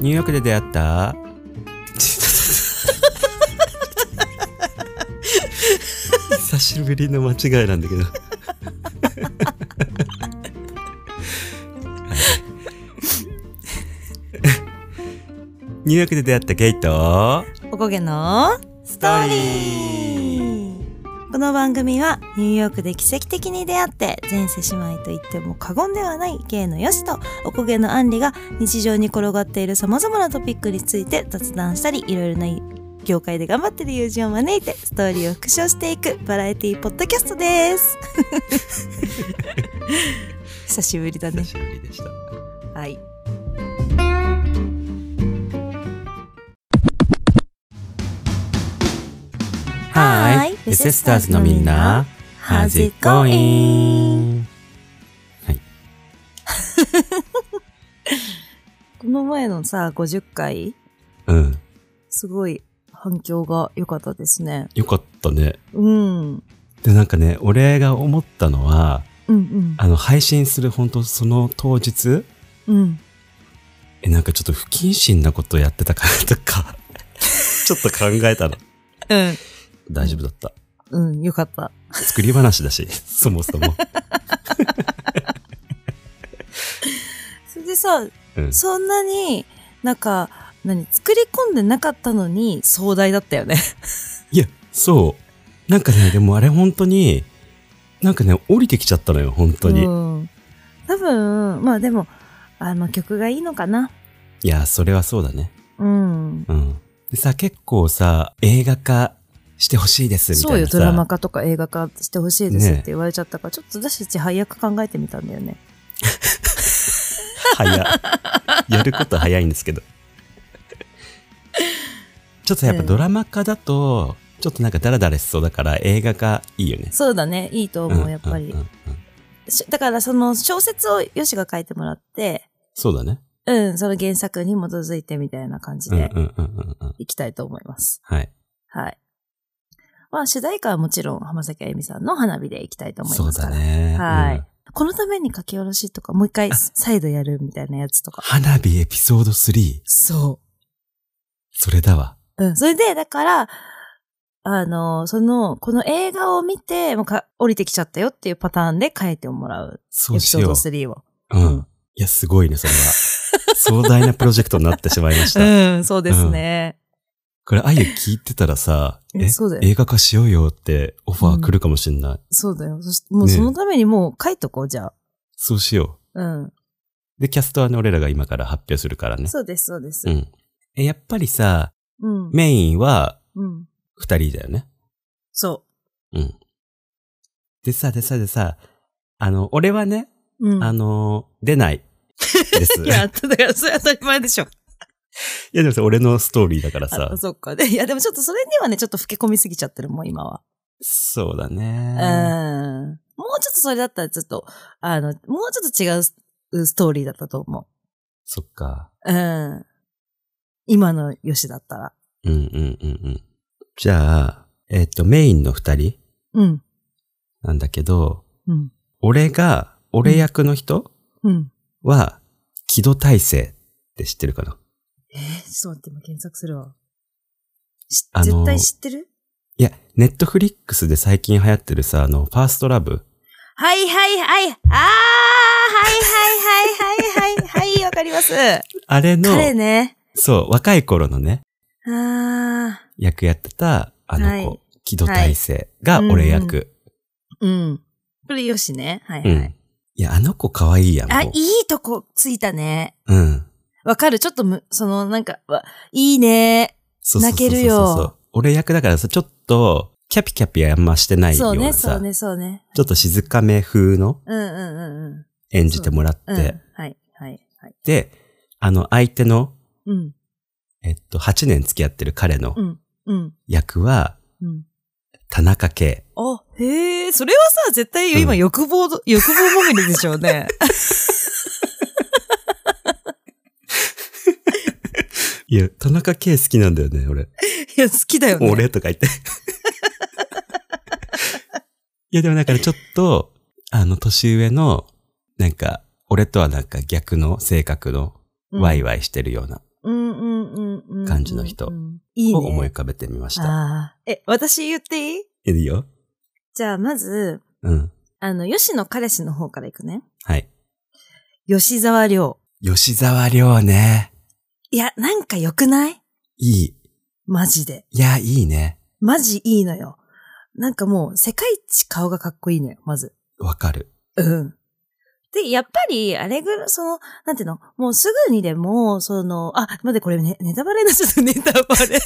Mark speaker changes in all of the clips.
Speaker 1: ニューヨークで出会った久しぶりの間違いなんだけどニューヨークで出会ったゲイと
Speaker 2: おこげのストーリーこの番組はニューヨークで奇跡的に出会って前世姉妹と言っても過言ではない芸のよしとおこげのあんりが日常に転がっているさまざまなトピックについて雑談したりいろいろな業界で頑張ってる友人を招いてストーリーを復唱していくバラエティポッドキャストです 久しぶりだね
Speaker 1: 久しぶりでした
Speaker 2: はいはーい
Speaker 1: The Sisters のみんな How's it going?
Speaker 2: この前のさ50回
Speaker 1: うん
Speaker 2: すごい反響が良かったですね。
Speaker 1: よかったね
Speaker 2: うん。うん
Speaker 1: でなんかね俺が思ったのは
Speaker 2: うん。
Speaker 1: あの配信する本当その当日
Speaker 2: うん。
Speaker 1: えなんかちょっと不謹慎なことやってたからと かちょっと考えたの
Speaker 2: うん。
Speaker 1: 大丈夫だった
Speaker 2: うん。よかった。
Speaker 1: 作り話だし そもそも
Speaker 2: それでさ、
Speaker 1: うん
Speaker 2: そんなに、なんか、何、作り込んでなかったのに壮大だったよね。
Speaker 1: いやそうなんかねでもあれ本当になんかね降りてきちゃったのよ本当に、
Speaker 2: うん。多分、まあでも、あの曲がいいのかな。
Speaker 1: いやそれはそうだね
Speaker 2: うん。
Speaker 1: うんでさ結構さ映画化してほしいですみたいな
Speaker 2: そうよ、
Speaker 1: さ
Speaker 2: ドラマ化とか映画化してほしいですっ
Speaker 1: ね
Speaker 2: て言われちゃったから、ちょっと私たち早く考えてみたんだよね。
Speaker 1: 早いやること早いんですけどちょっとやっぱドラマ化だとちょっとなんかダラダラしそうだから映画化いいよね
Speaker 2: そうだね、いいと思う、やっぱり
Speaker 1: うんう。んうん
Speaker 2: しだからその小説をよしが書いてもらって、
Speaker 1: そうだね
Speaker 2: うん、その原作に基づいてみたいな感じ
Speaker 1: うんうん
Speaker 2: で
Speaker 1: うんうんうん
Speaker 2: いきたいと思います。
Speaker 1: はい
Speaker 2: はい。まあ主題歌はもちろん浜崎あゆみさんの花火でいきたいと思います
Speaker 1: そう
Speaker 2: か
Speaker 1: だ
Speaker 2: ら。
Speaker 1: ね
Speaker 2: はい
Speaker 1: うん
Speaker 2: このために書き下ろしとか、もう一回 再度やるみたいなやつとか。
Speaker 1: 花火エピソード3
Speaker 2: そ
Speaker 1: それだわ
Speaker 2: う。うん。それで、だから、あの、その、この映画を見て、もうか降りてきちゃったよっていうパターンで書いてもらう。エ
Speaker 1: そ
Speaker 2: ピ
Speaker 1: うし
Speaker 2: ソード
Speaker 1: よ
Speaker 2: 3を。
Speaker 1: ううんいやすごいね それは壮大なプロジェクトになってしまいました、
Speaker 2: うん、そうですね。
Speaker 1: これあゆ聞いてたらさ
Speaker 2: えそうだよ
Speaker 1: 映画化しようよってオファー来るかもしんない、
Speaker 2: そうだよ。そしもう
Speaker 1: ね
Speaker 2: そのためにもう書いとこう、じゃあ。
Speaker 1: そうしよう
Speaker 2: うん。
Speaker 1: で、キャストはね、俺らが今から発表するからね。
Speaker 2: そうです、そうです。
Speaker 1: ん。え、やっぱりさ、
Speaker 2: うん。
Speaker 1: メインは
Speaker 2: うん。
Speaker 1: 二人だよね。
Speaker 2: そ
Speaker 1: うん。でさ、でさ、でさ、あの、俺はね、
Speaker 2: う。うん。
Speaker 1: あの、出ない。です。
Speaker 2: い
Speaker 1: いや、
Speaker 2: や、
Speaker 1: い
Speaker 2: だから、それ当たり前でしょ。
Speaker 1: やでもさ、俺のストーリーだからさ
Speaker 2: あ、そっか。でいや、でもちょっとそれにはね、ちょっと老け込みすぎちゃってる、もう今は。
Speaker 1: そうだ
Speaker 2: う
Speaker 1: ね。
Speaker 2: ん。もうちょっとそれだったら、ちょっと、あの、もうちょっと違うスストーリーだったと思
Speaker 1: そっか。
Speaker 2: う。うん。今のよしだったら。
Speaker 1: うんうんうんうん。じゃあ、えっ、と、メインの二人
Speaker 2: うん。
Speaker 1: なんだけど、
Speaker 2: うん。
Speaker 1: 俺が、俺役の人
Speaker 2: うん。
Speaker 1: は、木戸大成って知ってるかな
Speaker 2: えー、ちょっと待って、今検索するわ。し
Speaker 1: あの
Speaker 2: 絶対知ってる
Speaker 1: いや、ネットフリックスで最近流行ってるさ、あの、ファーストラブ。
Speaker 2: はいはいはい。ああはいはいはいはいはいはい、わかります。
Speaker 1: あれの、
Speaker 2: 彼ね。
Speaker 1: そう、若い頃のね、
Speaker 2: ああ。
Speaker 1: 役やってた、あの子、
Speaker 2: はい
Speaker 1: 木戸大成が俺役。
Speaker 2: うん。これよしね。はいは
Speaker 1: う
Speaker 2: い。
Speaker 1: ん。いや、あの子可愛いやん。
Speaker 2: あ、
Speaker 1: も
Speaker 2: いういとこついたね。
Speaker 1: うん。
Speaker 2: わかるちょっとむ、その、なんか、わいいね。
Speaker 1: そうそうそうそう
Speaker 2: 泣けるよ。
Speaker 1: 俺役だからさ、ちょっと、キャピキャピあんましてないよ
Speaker 2: そう
Speaker 1: う
Speaker 2: ね、
Speaker 1: な
Speaker 2: そ
Speaker 1: さ、
Speaker 2: うね、そうね。
Speaker 1: ちょっと静かめ風の
Speaker 2: うんうんうんうん。
Speaker 1: 演じてもらって、
Speaker 2: うん。はい、はい、はい。
Speaker 1: で、あの、相手の、
Speaker 2: うん、
Speaker 1: えっと、8年付き合ってる彼の
Speaker 2: うん、うん、
Speaker 1: 役は、
Speaker 2: うん。
Speaker 1: 田中圭。
Speaker 2: あ、へえ、それはさ、絶対今
Speaker 1: うん
Speaker 2: 欲望ど、欲望まみれでしょう ね。
Speaker 1: いや、田中圭好きなんだよね、俺。
Speaker 2: いや、好きだよね。
Speaker 1: 俺とか言って。 いや、でもだからちょっと、あの、年上の、なんか、俺とはなんか逆の性格の、
Speaker 2: うん
Speaker 1: ワイワイしてるような
Speaker 2: うんうんうんうんうん。
Speaker 1: 感じの人
Speaker 2: いい
Speaker 1: を
Speaker 2: ね。
Speaker 1: 思い浮かべてみました。
Speaker 2: あーえ、私言っていい
Speaker 1: いいよ。
Speaker 2: じゃあ、まず、
Speaker 1: うん。
Speaker 2: あの、吉の彼氏の方からいくね。
Speaker 1: はい。
Speaker 2: 吉沢亮。
Speaker 1: 吉沢亮ね。
Speaker 2: いや、なんか良くない
Speaker 1: いい。
Speaker 2: マジで。
Speaker 1: いや、いいね。
Speaker 2: マジいいのよ。なんかもう、世界一顔がかっこいいのよ、まず。
Speaker 1: わかる。
Speaker 2: うん。で、やっぱり、あれぐらい、その、なんていうの、もうすぐにでも、その、あ、待って、これね、ネタバレな、 ちょっとネタバレ。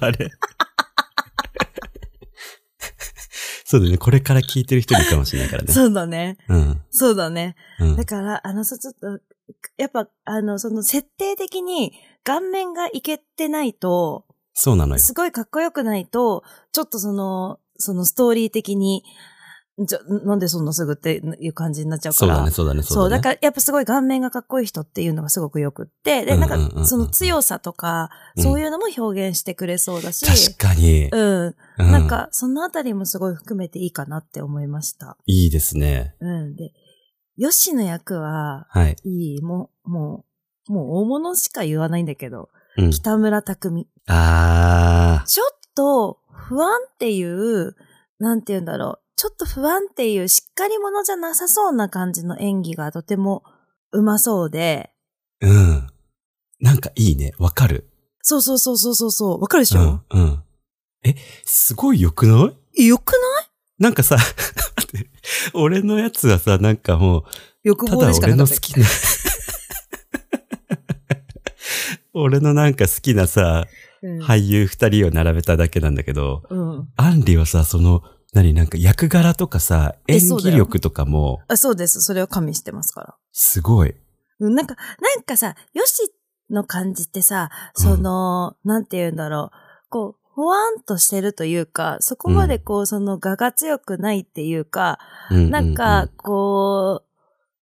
Speaker 1: あれ。 そうだね。これから聞いてる人いるかもしれないからね。
Speaker 2: そうだね。
Speaker 1: うん。
Speaker 2: そうだね。
Speaker 1: うん
Speaker 2: だ。から、あの、そうちょっと、やっぱ、あの、その、設定的に、顔面がいけてないと、
Speaker 1: そうなのよ。
Speaker 2: すごいかっこよくないと、ちょっとその、そのストーリー的に、ちょなんでそんなすぐっていう感じになっちゃうか
Speaker 1: そう
Speaker 2: ら。
Speaker 1: だね、そうだね、
Speaker 2: そう
Speaker 1: だね。
Speaker 2: だからやっぱすごい顔面がかっこいい人っていうのがすごくよくって、で、
Speaker 1: うん
Speaker 2: な
Speaker 1: うんうん
Speaker 2: んかその強さとか、
Speaker 1: うん
Speaker 2: そういうのも表現してくれそうだし、
Speaker 1: 確かに。
Speaker 2: うん、
Speaker 1: う
Speaker 2: なん、かそのあたりもすごい含めていいかなって思いました。
Speaker 1: いいですね。
Speaker 2: うん、で、ヨシの役は、
Speaker 1: はい。
Speaker 2: いい、もう、もう、もう大物しか言わないんだけど、
Speaker 1: うん。
Speaker 2: 北村匠海。
Speaker 1: あ
Speaker 2: ちょっと不安っていう、なんて言うんだろう。ちょっと不安っていうしっかり者じゃなさそうな感じの演技がとてもうまそうで。
Speaker 1: ー。うん。なんかいいね。わかる。
Speaker 2: そうそうそうそうそうそう。わかるでし
Speaker 1: う
Speaker 2: ょ
Speaker 1: ん、。うん。え、すごい良くない
Speaker 2: えよくない
Speaker 1: なんかさ、 待って俺のやつはさ、なんかもう、
Speaker 2: 欲
Speaker 1: た
Speaker 2: 望
Speaker 1: だ
Speaker 2: でしか
Speaker 1: 俺
Speaker 2: なか
Speaker 1: の
Speaker 2: った
Speaker 1: 好きな、 俺のなんか好きなさ、
Speaker 2: うん
Speaker 1: 俳優二人を並べただけなんだけど、
Speaker 2: うん。
Speaker 1: アンリはさ、その、何、なんか役柄とかさ、演
Speaker 2: えそうだ
Speaker 1: 技
Speaker 2: よ
Speaker 1: 力とかも、
Speaker 2: あそうです。それを加味してますから。
Speaker 1: すごい。
Speaker 2: うんなんか、なんかさ、よしの感じってさ、その、なんて言うんだろう。こう、ほわんとしてるというか、そこまでこう、その、我が強くないっていうか、
Speaker 1: ううう
Speaker 2: なんか、、こう、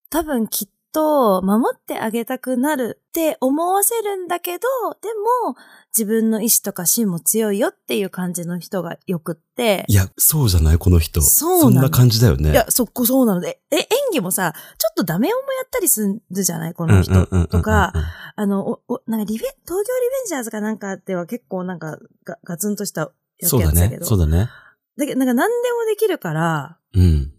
Speaker 2: 多分きっと守ってあげたくなるって思わせるんだけど、でも自分の意志とか芯も強いよっていう感じの人がよくって。
Speaker 1: いや、そうじゃないこの人。
Speaker 2: そうなの
Speaker 1: んな感じだよね。
Speaker 2: いや、そこそうなので、え、演技もさ、ちょっとダメ音もやったりするじゃないこ
Speaker 1: うんうん
Speaker 2: の
Speaker 1: うんうんうん、
Speaker 2: 人とか、あの、お、お、なんかリベ、東京リベンジャーズかなんかでは結構なんかガガツンとしたやつ
Speaker 1: そう
Speaker 2: や
Speaker 1: だ
Speaker 2: ってたけ
Speaker 1: ね。
Speaker 2: ど。
Speaker 1: そうだね。
Speaker 2: だけど、なんか何でもできるから、
Speaker 1: うん。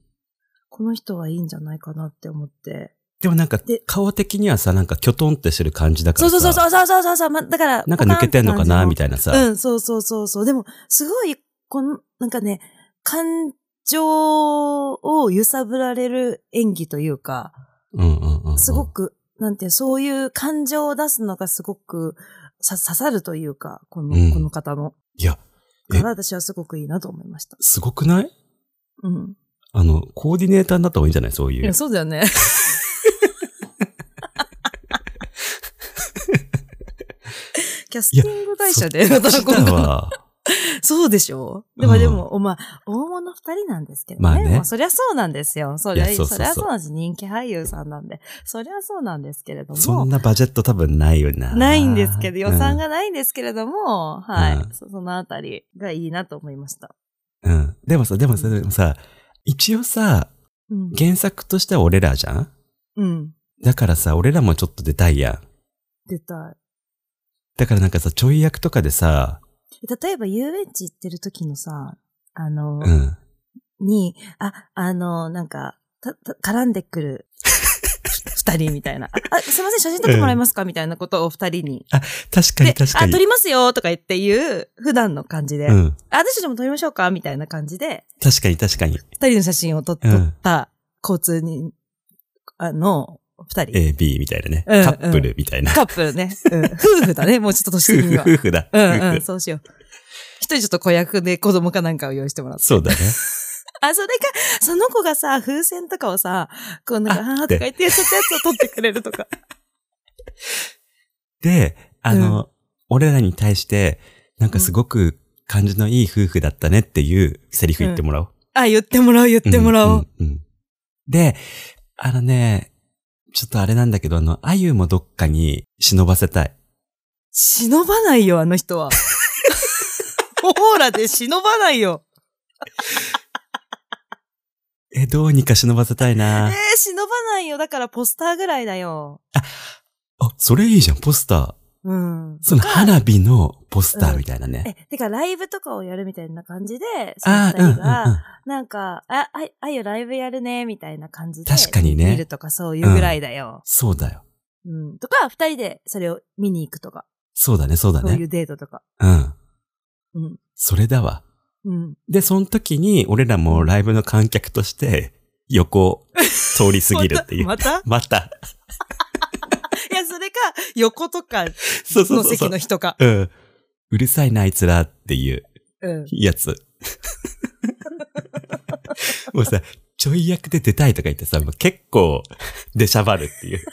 Speaker 2: この人はいいんじゃないかなって思って。
Speaker 1: でもなんか
Speaker 2: で、
Speaker 1: 顔的にはさ、なんか、キョトンってしてる感じだか
Speaker 2: そ
Speaker 1: ら
Speaker 2: う
Speaker 1: さ。
Speaker 2: そうそうそうそうそうそうそう、ま、だから。
Speaker 1: なんか抜けてんのかなみ
Speaker 2: た
Speaker 1: たいなさ。
Speaker 2: うん、そうそうそうそう。でも、すごい、この、なんかね、感情を揺さぶられる演技というか、
Speaker 1: うんうんうんうん。
Speaker 2: すごく、なんていう、そういう感情を出すのがすごくさ刺さるというか、この、
Speaker 1: うん
Speaker 2: この方の。
Speaker 1: いや、え
Speaker 2: から私はすごくいいなと思いました。
Speaker 1: すごくない
Speaker 2: うん。
Speaker 1: あの、コーディネーターになった方がいいんじゃないそう
Speaker 2: い
Speaker 1: いう
Speaker 2: や、。そうだよね。キャスティング会社で、
Speaker 1: そっちだわ。
Speaker 2: そうでしょで
Speaker 1: う
Speaker 2: も
Speaker 1: ん
Speaker 2: でも、おまあ、大物二人なんですけどね。
Speaker 1: まあね
Speaker 2: まあ、そりゃそうなんですよ。そりゃ、
Speaker 1: いやそうそうそう
Speaker 2: そりゃそうなんです。人気俳優さんなんで。そりゃそうなんですけれど
Speaker 1: そん
Speaker 2: も。
Speaker 1: なバジェット多分ないよな。
Speaker 2: ないんですけど、予算
Speaker 1: うん。
Speaker 2: がないんですけれども、はい、
Speaker 1: うん
Speaker 2: そ。そのあたりがいいなと思いました。
Speaker 1: うん。でもさ、でもさ、でもさ、一応さ、
Speaker 2: うん。
Speaker 1: 原作としては俺らじゃん
Speaker 2: うん。
Speaker 1: だからさ、俺らもちょっと出たいやん。
Speaker 2: 出た
Speaker 1: だからなんかさ、ちょい役とかでさ、
Speaker 2: い。例えば、遊園地行ってる時のさ、あの、
Speaker 1: うん。
Speaker 2: に、あ、あの、なんか、た、た絡んでくる。二人みたいな。あ、あすいません、写真撮ってもらえますか、みたいなことを二人に
Speaker 1: 確かに
Speaker 2: で
Speaker 1: 確か
Speaker 2: あ、撮
Speaker 1: に。
Speaker 2: りますよとか言って言う、普段の感じで。
Speaker 1: うん。
Speaker 2: あ、私たちも撮りましょうかみたいな感じで、
Speaker 1: 確かに確かに。
Speaker 2: 二人の写真を撮っ
Speaker 1: う
Speaker 2: 撮
Speaker 1: ん
Speaker 2: った、交通に、あの、二人。
Speaker 1: A、B みたいなね。
Speaker 2: うん
Speaker 1: カップルみたい な。
Speaker 2: カップルね。うん。夫婦 だね。もうちょっと年的
Speaker 1: 夫婦
Speaker 2: には。
Speaker 1: 夫婦だ。
Speaker 2: うんう
Speaker 1: 夫
Speaker 2: ん、
Speaker 1: 婦
Speaker 2: そうしよう。一人ちょっと子役で子供かなんかを用意してもらって。
Speaker 1: そうだね。
Speaker 2: あ、それか、その子がさ、風船とかをさ、こうなんか、あーとか言ってやっちゃったやつを撮ってくれるとか。
Speaker 1: で、あの、俺らに対して、なんかすごく感じのいい夫婦だったねっていうセリフ言ってもらおう。
Speaker 2: あ、言ってもらおう、言ってもらおう。
Speaker 1: ん。んんで、あのね、ちょっとあれなんだけど、あの、あゆもどっかに忍ばせたい。
Speaker 2: 忍ばないよ、あ の人は。オーラで忍ばないよ。
Speaker 1: え、どうにか忍ばせたい
Speaker 2: え
Speaker 1: な
Speaker 2: ー、忍ばないよ。だからポスターぐらいだよ。
Speaker 1: あ、それいいじゃん、ポスター。
Speaker 2: うん。
Speaker 1: その花火のポスターみたいなね。
Speaker 2: え、てか、ライブとかをやるみたいな感じで、その
Speaker 1: ああ、うん
Speaker 2: 二人
Speaker 1: うんうん
Speaker 2: が、。なんか、あ、あ、あゆライブやるね、みたいな感じで。
Speaker 1: 確かにね
Speaker 2: 見るとかそういうぐらいだよ。
Speaker 1: そうだよ。
Speaker 2: うん。とか、二人でそれを見に行くとか、
Speaker 1: そうだね、そうだ
Speaker 2: そうい
Speaker 1: ね。
Speaker 2: うデートとか。
Speaker 1: うん。
Speaker 2: うん。
Speaker 1: それだわ。
Speaker 2: うん。
Speaker 1: で、その時に、俺らもライブの観客として、横を通り過ぎるっていう。
Speaker 2: またま
Speaker 1: また、
Speaker 2: たいや、それか、横とか、
Speaker 1: そうそうそう
Speaker 2: の
Speaker 1: そ
Speaker 2: 席
Speaker 1: う。
Speaker 2: の人か。
Speaker 1: うん。うるさいな、あいつらっていう
Speaker 2: うん。
Speaker 1: やつ。 もうさ、ちょい役で出たいとか言ってさ、もう結構、出しゃばるっていう。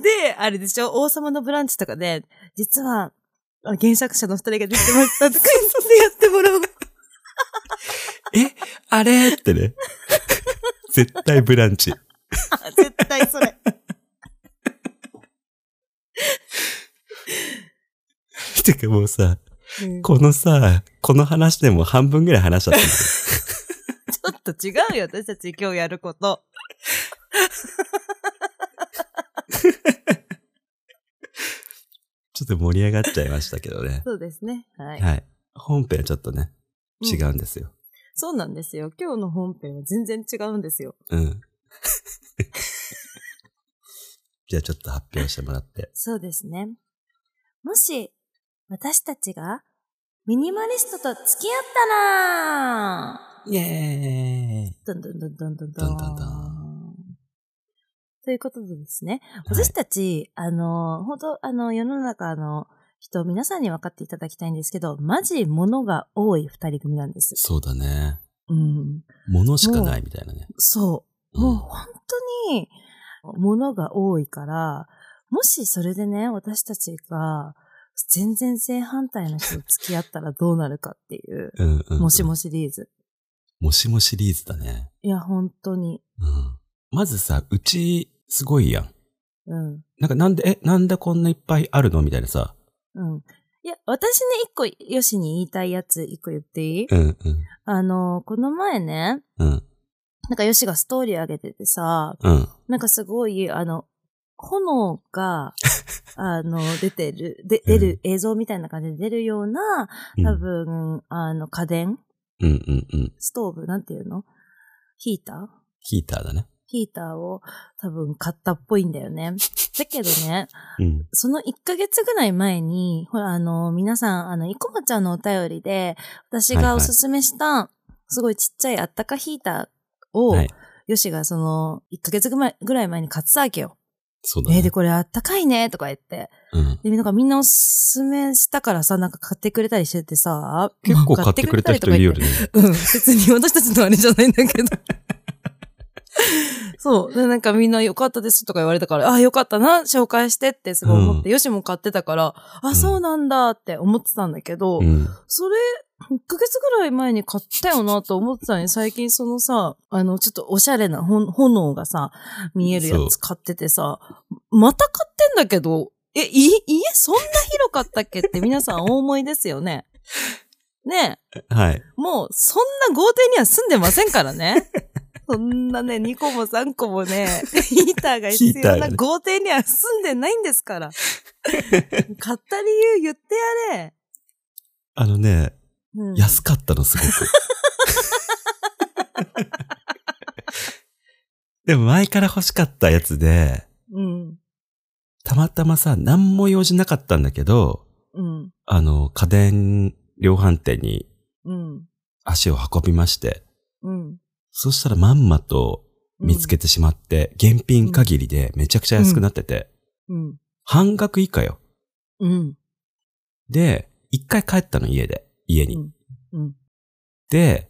Speaker 2: で、あれでしょ王様のブランチとかで、実は、あ原作者の二人が出てました とか言ってやってもらう。
Speaker 1: えあれってね。絶対ブランチ。
Speaker 2: あ絶対それ。
Speaker 1: てかもうさ、
Speaker 2: うん
Speaker 1: このさ、この話でも半分ぐらい話しちゃ ったんだよ。
Speaker 2: ちょっと違うよ、私たち今日やること。
Speaker 1: ちょっと盛り上がっちゃいましたけどね。
Speaker 2: そうですね。はい。
Speaker 1: はい。本編はちょっとね、
Speaker 2: うん
Speaker 1: 違うんですよ。
Speaker 2: そうなんですよ。今日の本編は全然違うんですよ。
Speaker 1: うん。 じゃあちょっと発表してもらって。
Speaker 2: そうですね。もし、私たちが、ミニマリストと付き合ったら
Speaker 1: イェーイ
Speaker 2: どんどんどんどんどんどん。
Speaker 1: どんどんど
Speaker 2: ということでですね、私たち、あの、本当あの、世の中の人、皆さんに分かっていただきたいんですけど、マジ物が多い二人組なんです。
Speaker 1: そうだね。
Speaker 2: うん。
Speaker 1: 物しかないみたいなね。
Speaker 2: そう。
Speaker 1: ん
Speaker 2: もう本当に、物が多いから、もしそれでね、私たちが、全然正反対の人と付き合ったらどうなるかっていう、
Speaker 1: うんうんうん。
Speaker 2: もしもシリーズ。
Speaker 1: もしもシリーズだね。
Speaker 2: いや、本当に。
Speaker 1: うん。まずさ、うち、すごいやん。
Speaker 2: うん。
Speaker 1: なんかなんで、え、なんでこんないっぱいあるのみたいなさ。
Speaker 2: うん。いや、私ね、一個、よしに言いたいやつ、一個言っていい
Speaker 1: うん
Speaker 2: あの、この前ね、
Speaker 1: うん。うん。
Speaker 2: なんかよしがストーリー上げててさ、
Speaker 1: うん。
Speaker 2: なんかすごい、あの、炎 が、あの、出てる、で、出る映像みたいな感じで出るような、多分、あの、家電
Speaker 1: うんうんうん。
Speaker 2: ストーブなんていうのヒーター
Speaker 1: ヒーターだね。
Speaker 2: ヒーターを多分買ったっぽいんだ よね。だけどね、
Speaker 1: うん。
Speaker 2: その1ヶ月ぐらい前に、ほら、あの、皆さん、あの、いこまちゃんのお便りで、私
Speaker 1: はいは
Speaker 2: が
Speaker 1: い
Speaker 2: おすすめした、すごいちっちゃいあったかヒーターを、
Speaker 1: はい。
Speaker 2: よしがその、1ヶ月ぐらいぐらい前に買ってたわけよ。
Speaker 1: そうだ
Speaker 2: えー、
Speaker 1: ね
Speaker 2: で、。これあったかいね、とか言って。
Speaker 1: うん。
Speaker 2: で、なんかみんなおすすめしたからさ、なんか買ってくれたりしててさ。
Speaker 1: 結構買ってくれた人いるよね。
Speaker 2: うん、別に私たちのあれじゃないんだけど。 そう。で、なんかみんな良かったですとか言われたから、あ、良かったな、紹介してってすごい思って、よしも買ってたから、
Speaker 1: ん
Speaker 2: あ、そうなんだって思ってたんだけど、
Speaker 1: うん。
Speaker 2: それ、1ヶ月ぐらい前に買ったよなと思ってたのに、最近そのさ、あの、ちょっとおしゃれなほん炎がさ、見えるや
Speaker 1: そう
Speaker 2: つ買っててさ、また買ってんだけど、え、い、家そんな広かったっけって皆さんお思いですよね。ねえ。
Speaker 1: はい。
Speaker 2: もう、そんな豪邸には住んでませんからね。 そんなね、2個も3個も ね、ヒーターが必
Speaker 1: ヒータ
Speaker 2: 要
Speaker 1: ーが
Speaker 2: な
Speaker 1: ね
Speaker 2: 豪邸には住んでないんです から。買った理由言ってやれ。
Speaker 1: あのね、
Speaker 2: うん、
Speaker 1: 安かったの、すごく。 でも前から欲しかったやつで、
Speaker 2: うん。
Speaker 1: たまたまさ、何も用事なかったんだけど、
Speaker 2: うん。
Speaker 1: あの、家電量販店に
Speaker 2: うん。
Speaker 1: 足を運びまして、
Speaker 2: うん。
Speaker 1: そしたらまんまと見つけてしまって、現品限りでめちゃくちゃ安くなってて、
Speaker 2: うん。
Speaker 1: 半額以下よ。
Speaker 2: うん。
Speaker 1: で、一回帰ったの、家で。家に。
Speaker 2: うんうん
Speaker 1: で、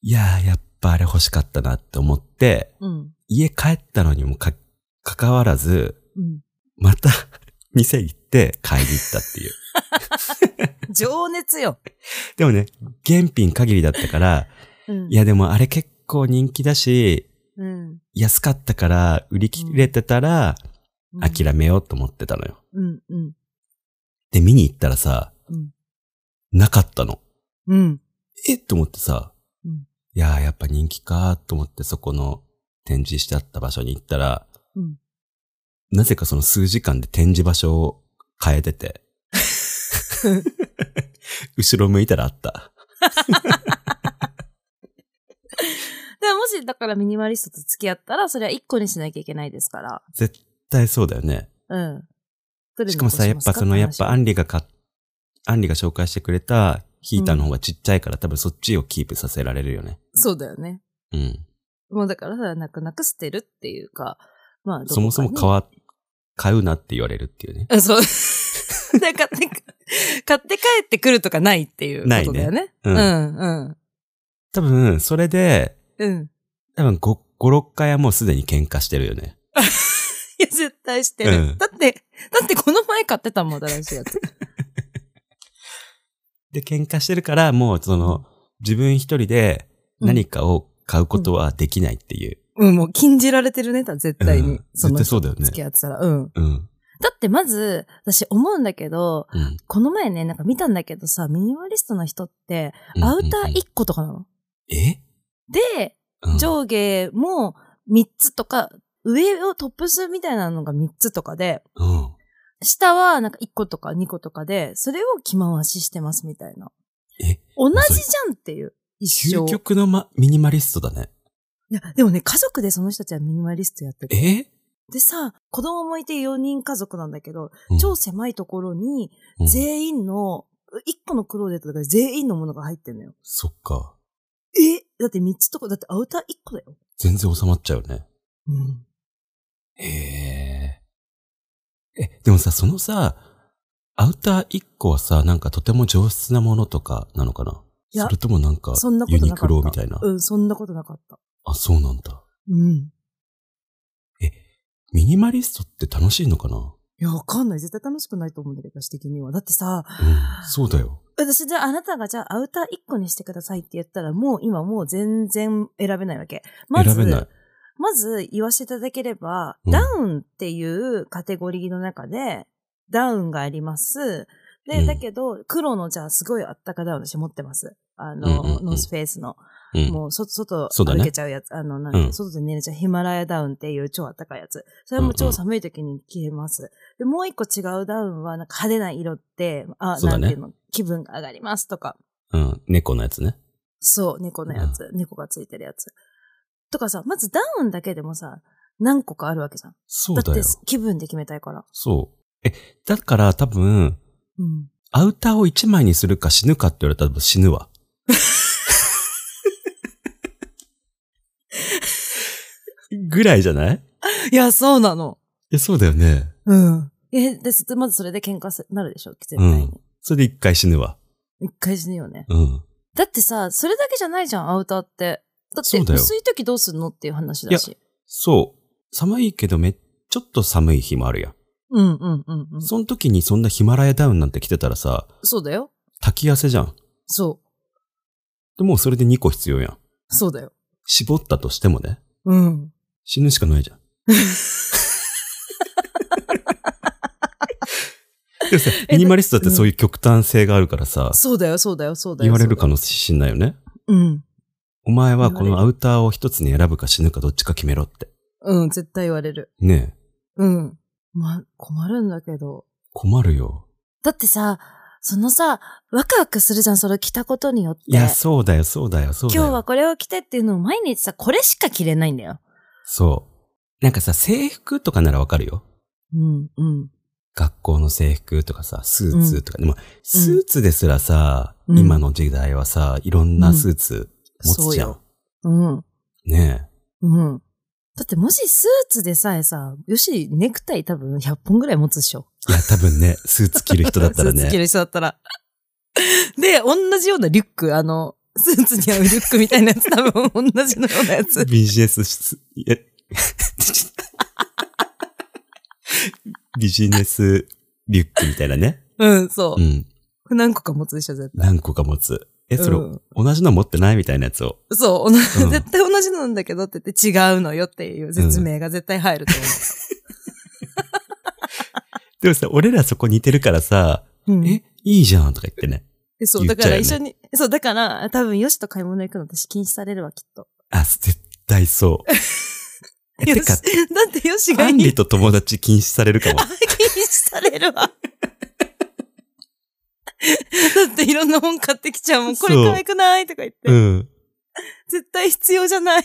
Speaker 1: いやー、やっぱあれ欲しかったなって思って、
Speaker 2: うん。
Speaker 1: 家帰ったのにもか、かかわらず、
Speaker 2: うん。
Speaker 1: また、 店行って買いに行ったっていう。
Speaker 2: 情熱よ。
Speaker 1: でもね、現品限りだったから、
Speaker 2: うん。
Speaker 1: いやでもあれ結構人気だし、
Speaker 2: うん。
Speaker 1: 安かったから売り切れてたら、
Speaker 2: うん。
Speaker 1: 諦めようと思ってたのよ。
Speaker 2: うん。うん。
Speaker 1: で、見に行ったらさ、
Speaker 2: うん
Speaker 1: なかったの。
Speaker 2: うん。
Speaker 1: えっと思ってさ、
Speaker 2: うん
Speaker 1: いやーやっぱ人気かーと思ってそこの展示してあった場所に行ったら、
Speaker 2: うん
Speaker 1: なぜかその数時間で展示場所を変えて て、後ろ向いたらあった。
Speaker 2: でももし、だからミニマリストと付き合ったら、それは一個にしなきゃいけないですから。
Speaker 1: 絶対そうだよね。
Speaker 2: うん。どれに
Speaker 1: しかもさ、やっぱその、やっぱアンリが買っ、アンリが紹介してくれたヒーターの方がちっちゃいから、多分そっちをキープさせられるよね。
Speaker 2: そうだよね。
Speaker 1: うん。
Speaker 2: もうだから、それは泣く泣く捨てるっていうか、まあ、どこか
Speaker 1: そもそも
Speaker 2: に
Speaker 1: 買わ、買うなって言われるっていうね。
Speaker 2: あそう。 で買って、買って帰ってくるとかないっていうことだよね。
Speaker 1: う。
Speaker 2: うんん、うん、
Speaker 1: 多分、それで、
Speaker 2: うん。
Speaker 1: 多分5、5、6回はもうすでに喧嘩してるよね。
Speaker 2: いや、絶対してる。
Speaker 1: うん
Speaker 2: だって、だってこの前買ってたもん、新しいやつ。
Speaker 1: で、喧嘩してるから、もうその、自分一人で何かを買うことはできないっていう。
Speaker 2: うん、もう禁じられてるネタ、絶対
Speaker 1: う
Speaker 2: に
Speaker 1: ん。
Speaker 2: その
Speaker 1: 絶対そうだよね
Speaker 2: 付き合ってたら。うん。
Speaker 1: うん。
Speaker 2: だってまず、私思うんだけど、
Speaker 1: うん。
Speaker 2: この前ね、なんか見たんだけどさ、ミニマリストの人って、アウター1個とかなの。
Speaker 1: うんえ
Speaker 2: で、
Speaker 1: うん
Speaker 2: 上下も3つとか、上をトップスみたいなのが3つとかで、
Speaker 1: うん。
Speaker 2: 下はなんか1個とか2個とかで、それを着回ししてますみたいな。
Speaker 1: え
Speaker 2: 同じじゃんっていう。一
Speaker 1: 究
Speaker 2: 生。
Speaker 1: 極の、ま、ミニマリストだね。
Speaker 2: いや、でもね、家族でその人たちはミニマリストやってて。
Speaker 1: え
Speaker 2: でさ、子供もいて4人家族なんだけど、
Speaker 1: うん
Speaker 2: 超狭いところに、
Speaker 1: うん
Speaker 2: 全員の、1個のクローゼットだから全員のものが入ってんのよ。
Speaker 1: そっか。
Speaker 2: えだって3つとか、だってアウター1個だよ。
Speaker 1: 全然収まっちゃうね。
Speaker 2: うん。
Speaker 1: へえ。え、でもさ、そのさ、アウター1個はさ、なんかとても上質なものとかなのかない
Speaker 2: や
Speaker 1: それともなんか
Speaker 2: そんなこ
Speaker 1: ユ
Speaker 2: とな
Speaker 1: ニ
Speaker 2: かった。
Speaker 1: クロみたいな。
Speaker 2: うん、そんなことなかった。
Speaker 1: あ、そうなんだ。
Speaker 2: うん。
Speaker 1: ミニマリストって楽しいのかない
Speaker 2: や、わかんない。絶対楽しくないと思うんだけど、私的には。だってさ、
Speaker 1: うん、そうだよ。
Speaker 2: 私じゃああなたがじゃあアウター1個にしてくださいって言ったら、もう今もう全然選べないわけ。まず、
Speaker 1: 選べない。
Speaker 2: まず言わせていただければ、
Speaker 1: うん
Speaker 2: ダウンっていうカテゴリーの中で、ダウンがあります。で、
Speaker 1: うん
Speaker 2: だけど、黒のじゃあすごいあったかダウン私持ってます。あの、
Speaker 1: うんうんうん
Speaker 2: ノースフェイスの。
Speaker 1: うん。
Speaker 2: もう、外、外
Speaker 1: そうだね
Speaker 2: 歩けちゃうやつ。あの、なん
Speaker 1: う
Speaker 2: か、
Speaker 1: ん
Speaker 2: 外で寝れちゃうヒマラヤダウンっていう超暖かいやつ。それも
Speaker 1: うんう
Speaker 2: 超
Speaker 1: ん
Speaker 2: 寒い時に着れます。で、もう一個違うダウンは、なんか派手な色って、あ、
Speaker 1: そうだ
Speaker 2: なん
Speaker 1: ね
Speaker 2: ていうの、気分が上がりますとか。
Speaker 1: うん。猫のやつね。
Speaker 2: そう、猫のやつ。猫がついてるやつ。とかさ、まずダウンだけでもさ、何個かあるわけじゃん。
Speaker 1: そう
Speaker 2: だっ
Speaker 1: だ
Speaker 2: て
Speaker 1: よ。
Speaker 2: 気分で決めたいから。
Speaker 1: そう。え、だから多分、
Speaker 2: うん。
Speaker 1: アウターを1枚にするか死ぬかって言われたら多分死ぬわ。ぐらいじゃない
Speaker 2: いや、そうなの。
Speaker 1: いや、そうだよね。
Speaker 2: うん。え、です、まずそれで喧嘩せなるでしょ、絶
Speaker 1: う
Speaker 2: 対に。
Speaker 1: ん。それで一回死ぬわ。
Speaker 2: 一回死ぬよね。
Speaker 1: うん。
Speaker 2: だってさ、それだけじゃないじゃん、アウターって。だっ
Speaker 1: そ
Speaker 2: て、
Speaker 1: うだよ
Speaker 2: 薄い時どうすんのっていう話だし。
Speaker 1: そう。寒いけどめっちょっと寒い日もあるやん。
Speaker 2: うんうんうんうん。そ
Speaker 1: その時にそんなヒマラヤダウンなんて着てたらさ、
Speaker 2: うだよ。
Speaker 1: 炊き痩せじゃん。
Speaker 2: そ
Speaker 1: でもうそれで2個必要やん。
Speaker 2: う。そうだよ。
Speaker 1: 絞ったとしてもね、
Speaker 2: うん。
Speaker 1: 死ぬしか ないじゃん。でもさ、ミニマリストだってそういう極端性があるからさ、
Speaker 2: そうだよ、そうだよ、そうだよ。
Speaker 1: 言われる
Speaker 2: そ
Speaker 1: かもしんないよね。
Speaker 2: うだよ。うん。
Speaker 1: お前はこ
Speaker 2: 言わ
Speaker 1: のアウターを一つに選ぶか死ぬかどっちか決めろって。
Speaker 2: うん、絶対言われる。
Speaker 1: ねえ、
Speaker 2: うん。ま、困るんだけど。
Speaker 1: 困るよ。
Speaker 2: だってさ、そのさ、ワクワクするじゃん、それを着たことによって。
Speaker 1: いや、そうだよ、そうだよ、そうだよ。
Speaker 2: 今日はこれを着てっていうのを毎日さ、これしか着れないんだよ。
Speaker 1: そう。なんかさ、制服とかならわかるよ。
Speaker 2: うん、うん。
Speaker 1: 学校の制服とかさ、スーツとか。でも、スーツですらさ、
Speaker 2: うん
Speaker 1: 今の時代はさ、いろんなスーツ持つじゃん。
Speaker 2: うんうん。
Speaker 1: ね
Speaker 2: うん。だってもしスーツでさえさ、よし、ネクタイ多分100本ぐらい持つでしょ。
Speaker 1: え。いや、多分 ね、スーツ着る人だったら
Speaker 2: スーツ着
Speaker 1: ね。
Speaker 2: る人だったら。で、同じようなリュック、あの、スーツに合うリュックみたいな やつ、多分同じのようなやつ。
Speaker 1: ビジネスし、いやビジネスリュックみたいなね。
Speaker 2: うん、そうう。
Speaker 1: ん。
Speaker 2: 何個か持つでしょ、絶
Speaker 1: 何個か持つ。え、
Speaker 2: 対。
Speaker 1: それ、
Speaker 2: うん
Speaker 1: 同じの持ってないみたいなやつを。
Speaker 2: そう、おな
Speaker 1: うん
Speaker 2: 絶対同じのなんだけどって言って違うのよっていう説明が絶対入ると
Speaker 1: でもさ、俺らそこ似てるからさ、
Speaker 2: 思う。うん、
Speaker 1: え、いいじゃんとか言ってね。
Speaker 2: でそう、
Speaker 1: 言
Speaker 2: だ
Speaker 1: っちゃ
Speaker 2: か
Speaker 1: う
Speaker 2: ら
Speaker 1: よね
Speaker 2: 一緒に、そう、だから多分よしと買い物行くの私禁止されるわ、きっと。
Speaker 1: あ、絶対そえ、てか
Speaker 2: よ、し だってよしが
Speaker 1: ア
Speaker 2: い
Speaker 1: ンリ
Speaker 2: い。
Speaker 1: と友達禁止される かも。
Speaker 2: 禁止されるわ。だ っていろんな本買ってきちゃうもん。これ
Speaker 1: そう
Speaker 2: 可愛くないとか言って。
Speaker 1: うん。
Speaker 2: 絶対必要じゃない。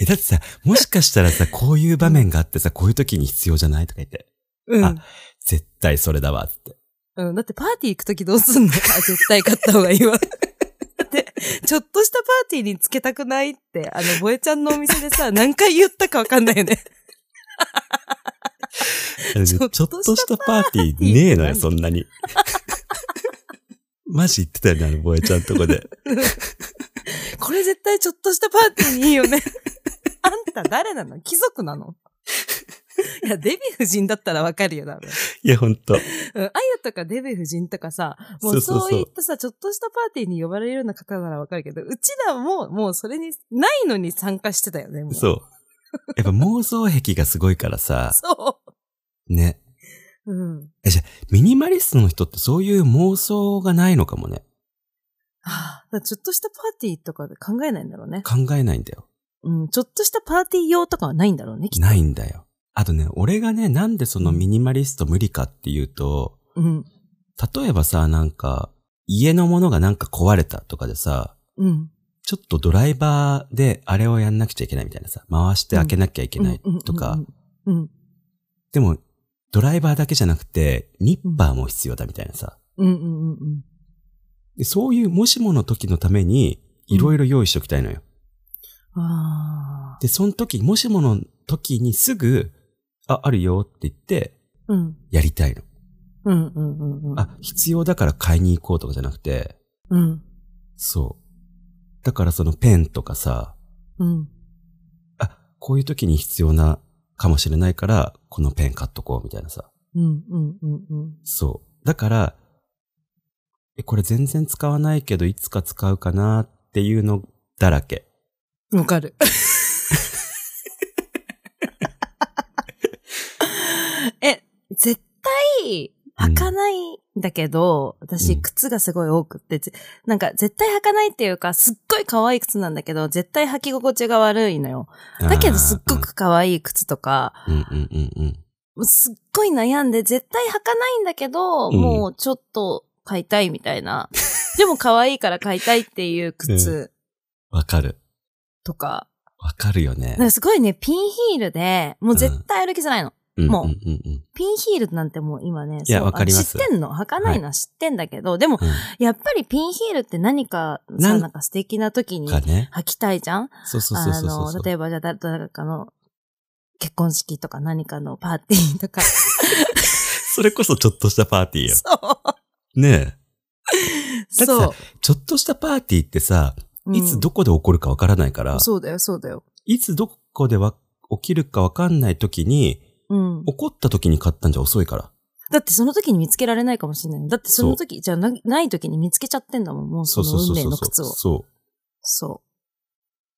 Speaker 1: え、だってさ、もしかしたらさ、こういう場面があってさ、こういう時に必要じゃないとか言って、
Speaker 2: う
Speaker 1: あ
Speaker 2: ん。
Speaker 1: 絶対それだわ、つって。
Speaker 2: うん。だってパーティー行くときどうすんのあ 絶対買った方がい いわ。で、ちょっとしたパーティーにつけたくないって、あの、ボエちゃんのお店 でさ、何回言ったかわかんないよね。
Speaker 1: あのね
Speaker 2: ち
Speaker 1: ち
Speaker 2: ょ
Speaker 1: ょ
Speaker 2: っと
Speaker 1: っとしたパーティー
Speaker 2: ティー
Speaker 1: ねえのよ、
Speaker 2: 何
Speaker 1: そんなに。 マジ言ってたよね、あの、ボエちゃんとこで。
Speaker 2: これ絶対ちょっとしたパーティーにいいよ ね。あんた誰なの貴族なのいや、デヴィ夫人だったらわかるよ、多分。
Speaker 1: いや、ほんと。
Speaker 2: うん、あやとかデヴィ夫人とかさ、も
Speaker 1: そううそう
Speaker 2: そ
Speaker 1: そう
Speaker 2: ういったさ、ちょっとしたパーティーに呼ばれるような方ならわかるけど、うちらも、もうそれに、ないのに参加してたよね、もう。
Speaker 1: そう。やっぱ妄想癖がすごいからさ、
Speaker 2: そ
Speaker 1: ね。
Speaker 2: う。うん。
Speaker 1: ミニマリストの人ってそういう妄想がないのかもね。
Speaker 2: はあ、だからちょっとしたパーティーとかで考えないんだろうね。
Speaker 1: 考えないんだよ。
Speaker 2: うん、ちょっとしたパーティー用とかはないんだろうね、きっと。
Speaker 1: ないんだよ。あとね、俺がね、なんでそのミニマリスト無理かっていうと、
Speaker 2: うん、
Speaker 1: 例えばさ、なんか、家のものがなんか壊れたとかでさ、
Speaker 2: うん、
Speaker 1: ちょっとドライバーであれをやんなくちゃいけないみたいなさ、回して開けなきゃいけないとか、
Speaker 2: うん。うん、
Speaker 1: でも、ドライバーだけじゃなくて、ニッパーも必要だみたいなさ、
Speaker 2: うん、うん、うん。
Speaker 1: でそういうもしもの時のために、いろいろ用意しておきたいのよ。
Speaker 2: ああ。
Speaker 1: で、その時、もしもの時にすぐ、あ、あるよって言って、
Speaker 2: うん、
Speaker 1: やりたいの。
Speaker 2: うん、うん、うん。うん、
Speaker 1: あ、必要だから買いに行こうとかじゃなくて、
Speaker 2: うん、
Speaker 1: そう。だからそのペンとかさ、
Speaker 2: うん。
Speaker 1: あ、こういう時に必要なかもしれないから、このペン買っとこうみたいなさ。
Speaker 2: うん、うん、うん、うん。
Speaker 1: そう。だから、え、これ全然使わないけど、いつか使うかなっていうのだらけ。
Speaker 2: わかる。 え、絶対、履かないんだけど、
Speaker 1: う
Speaker 2: 私、
Speaker 1: ん
Speaker 2: 靴がすごい多くって、ぜなんか、絶対履かないっていうか、すっごい可愛い靴なんだけど、絶対履き心地が悪いのよ。だけど、すっごく可愛い靴とか、
Speaker 1: あー。うんうんうんうん
Speaker 2: もうすっごい悩んで、絶対履かないんだけど、
Speaker 1: うん
Speaker 2: もうちょっと買いたいみたいな。でも可愛いから買いたいっていう靴
Speaker 1: うん。わかる。
Speaker 2: とか、
Speaker 1: わかるよね。
Speaker 2: なんかすごいね、ピンヒールで、もう絶対歩きづらいの。もう
Speaker 1: うん
Speaker 2: ん
Speaker 1: うん
Speaker 2: ピンヒールなんてもう今ね、
Speaker 1: いや
Speaker 2: そう
Speaker 1: わかります
Speaker 2: あの知ってんの履かないのは知ってんだけど、でも、
Speaker 1: うん。
Speaker 2: やっぱりピンヒールって何かさ、
Speaker 1: な
Speaker 2: なんんか素敵な時
Speaker 1: うん。
Speaker 2: に
Speaker 1: か
Speaker 2: 履
Speaker 1: ね。
Speaker 2: きたいじゃん
Speaker 1: そうそうそうそうそう
Speaker 2: あの、例えばじゃあ誰誰かの結婚式とか何かのパーティーとか。
Speaker 1: それこそちょっとしたパーティーよ。
Speaker 2: そ
Speaker 1: ね
Speaker 2: う。
Speaker 1: だっ
Speaker 2: そ
Speaker 1: てえ。ちょっとしたパーティーってさ、
Speaker 2: う。
Speaker 1: いつどこで起こるかわからないから、
Speaker 2: うんそうだよ、そうだよ。
Speaker 1: いつどこでわ起きるかわかんない時に、
Speaker 2: うん。
Speaker 1: 起こった時に買ったんじゃ遅いから。
Speaker 2: だってその時に見つけられないかもしれない。だってその時、じゃあなない時に見つけちゃってんだもん、もう
Speaker 1: そ
Speaker 2: そう
Speaker 1: そ
Speaker 2: の
Speaker 1: うそ
Speaker 2: 運
Speaker 1: う
Speaker 2: 命
Speaker 1: そう
Speaker 2: の
Speaker 1: そ
Speaker 2: 靴
Speaker 1: う。
Speaker 2: を。
Speaker 1: そ。
Speaker 2: そう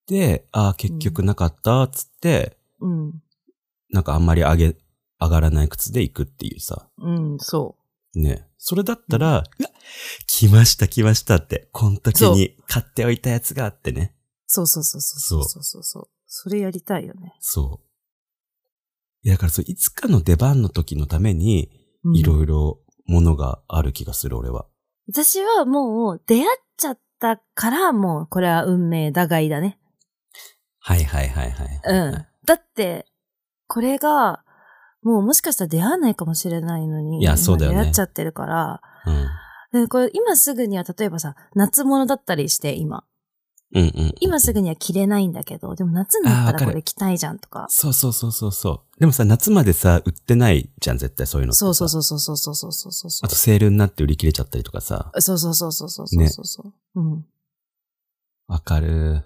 Speaker 1: で、ああ、結局なかった、つって、
Speaker 2: う。うん。
Speaker 1: なんかあんまり上げ、上がらない靴で行くっていうさ。
Speaker 2: うん、そう。
Speaker 1: ね。それだったら、うわ来ました来ましたって、この時に買っておいたやつがあってね。
Speaker 2: そうそうそうそうそうそうそう。それやりたいよね。
Speaker 1: そう。いや、だからそう、いつかの出番の時のために、
Speaker 2: うん
Speaker 1: いろいろものがある気がする、俺は。
Speaker 2: 私はもう出会っちゃったからもうこれは運命だがいだね。
Speaker 1: はいはいはいはい。
Speaker 2: うん。だって、これが、もうもしかしたら出会わないかもしれないのに。
Speaker 1: いやそうだよね
Speaker 2: 今出会っちゃってるから。
Speaker 1: うん。
Speaker 2: でこれ今すぐには例えばさ、夏物だったりして今。
Speaker 1: うんうんうん。
Speaker 2: 今すぐには着れないんだけど、でも夏に
Speaker 1: あ
Speaker 2: なった
Speaker 1: ーわ
Speaker 2: ら
Speaker 1: かる
Speaker 2: これ着たいじゃんとか。
Speaker 1: そうそうそうそうそう。でもさ、夏までさ、売ってないじゃん、絶対そういうのってさ
Speaker 2: そうそうそうそうそうそうそうそうそ
Speaker 1: あとセールになって売り切れちゃったりとかさ。
Speaker 2: う。そうそうそうそうそうそうそうそう。うん。
Speaker 1: わかる。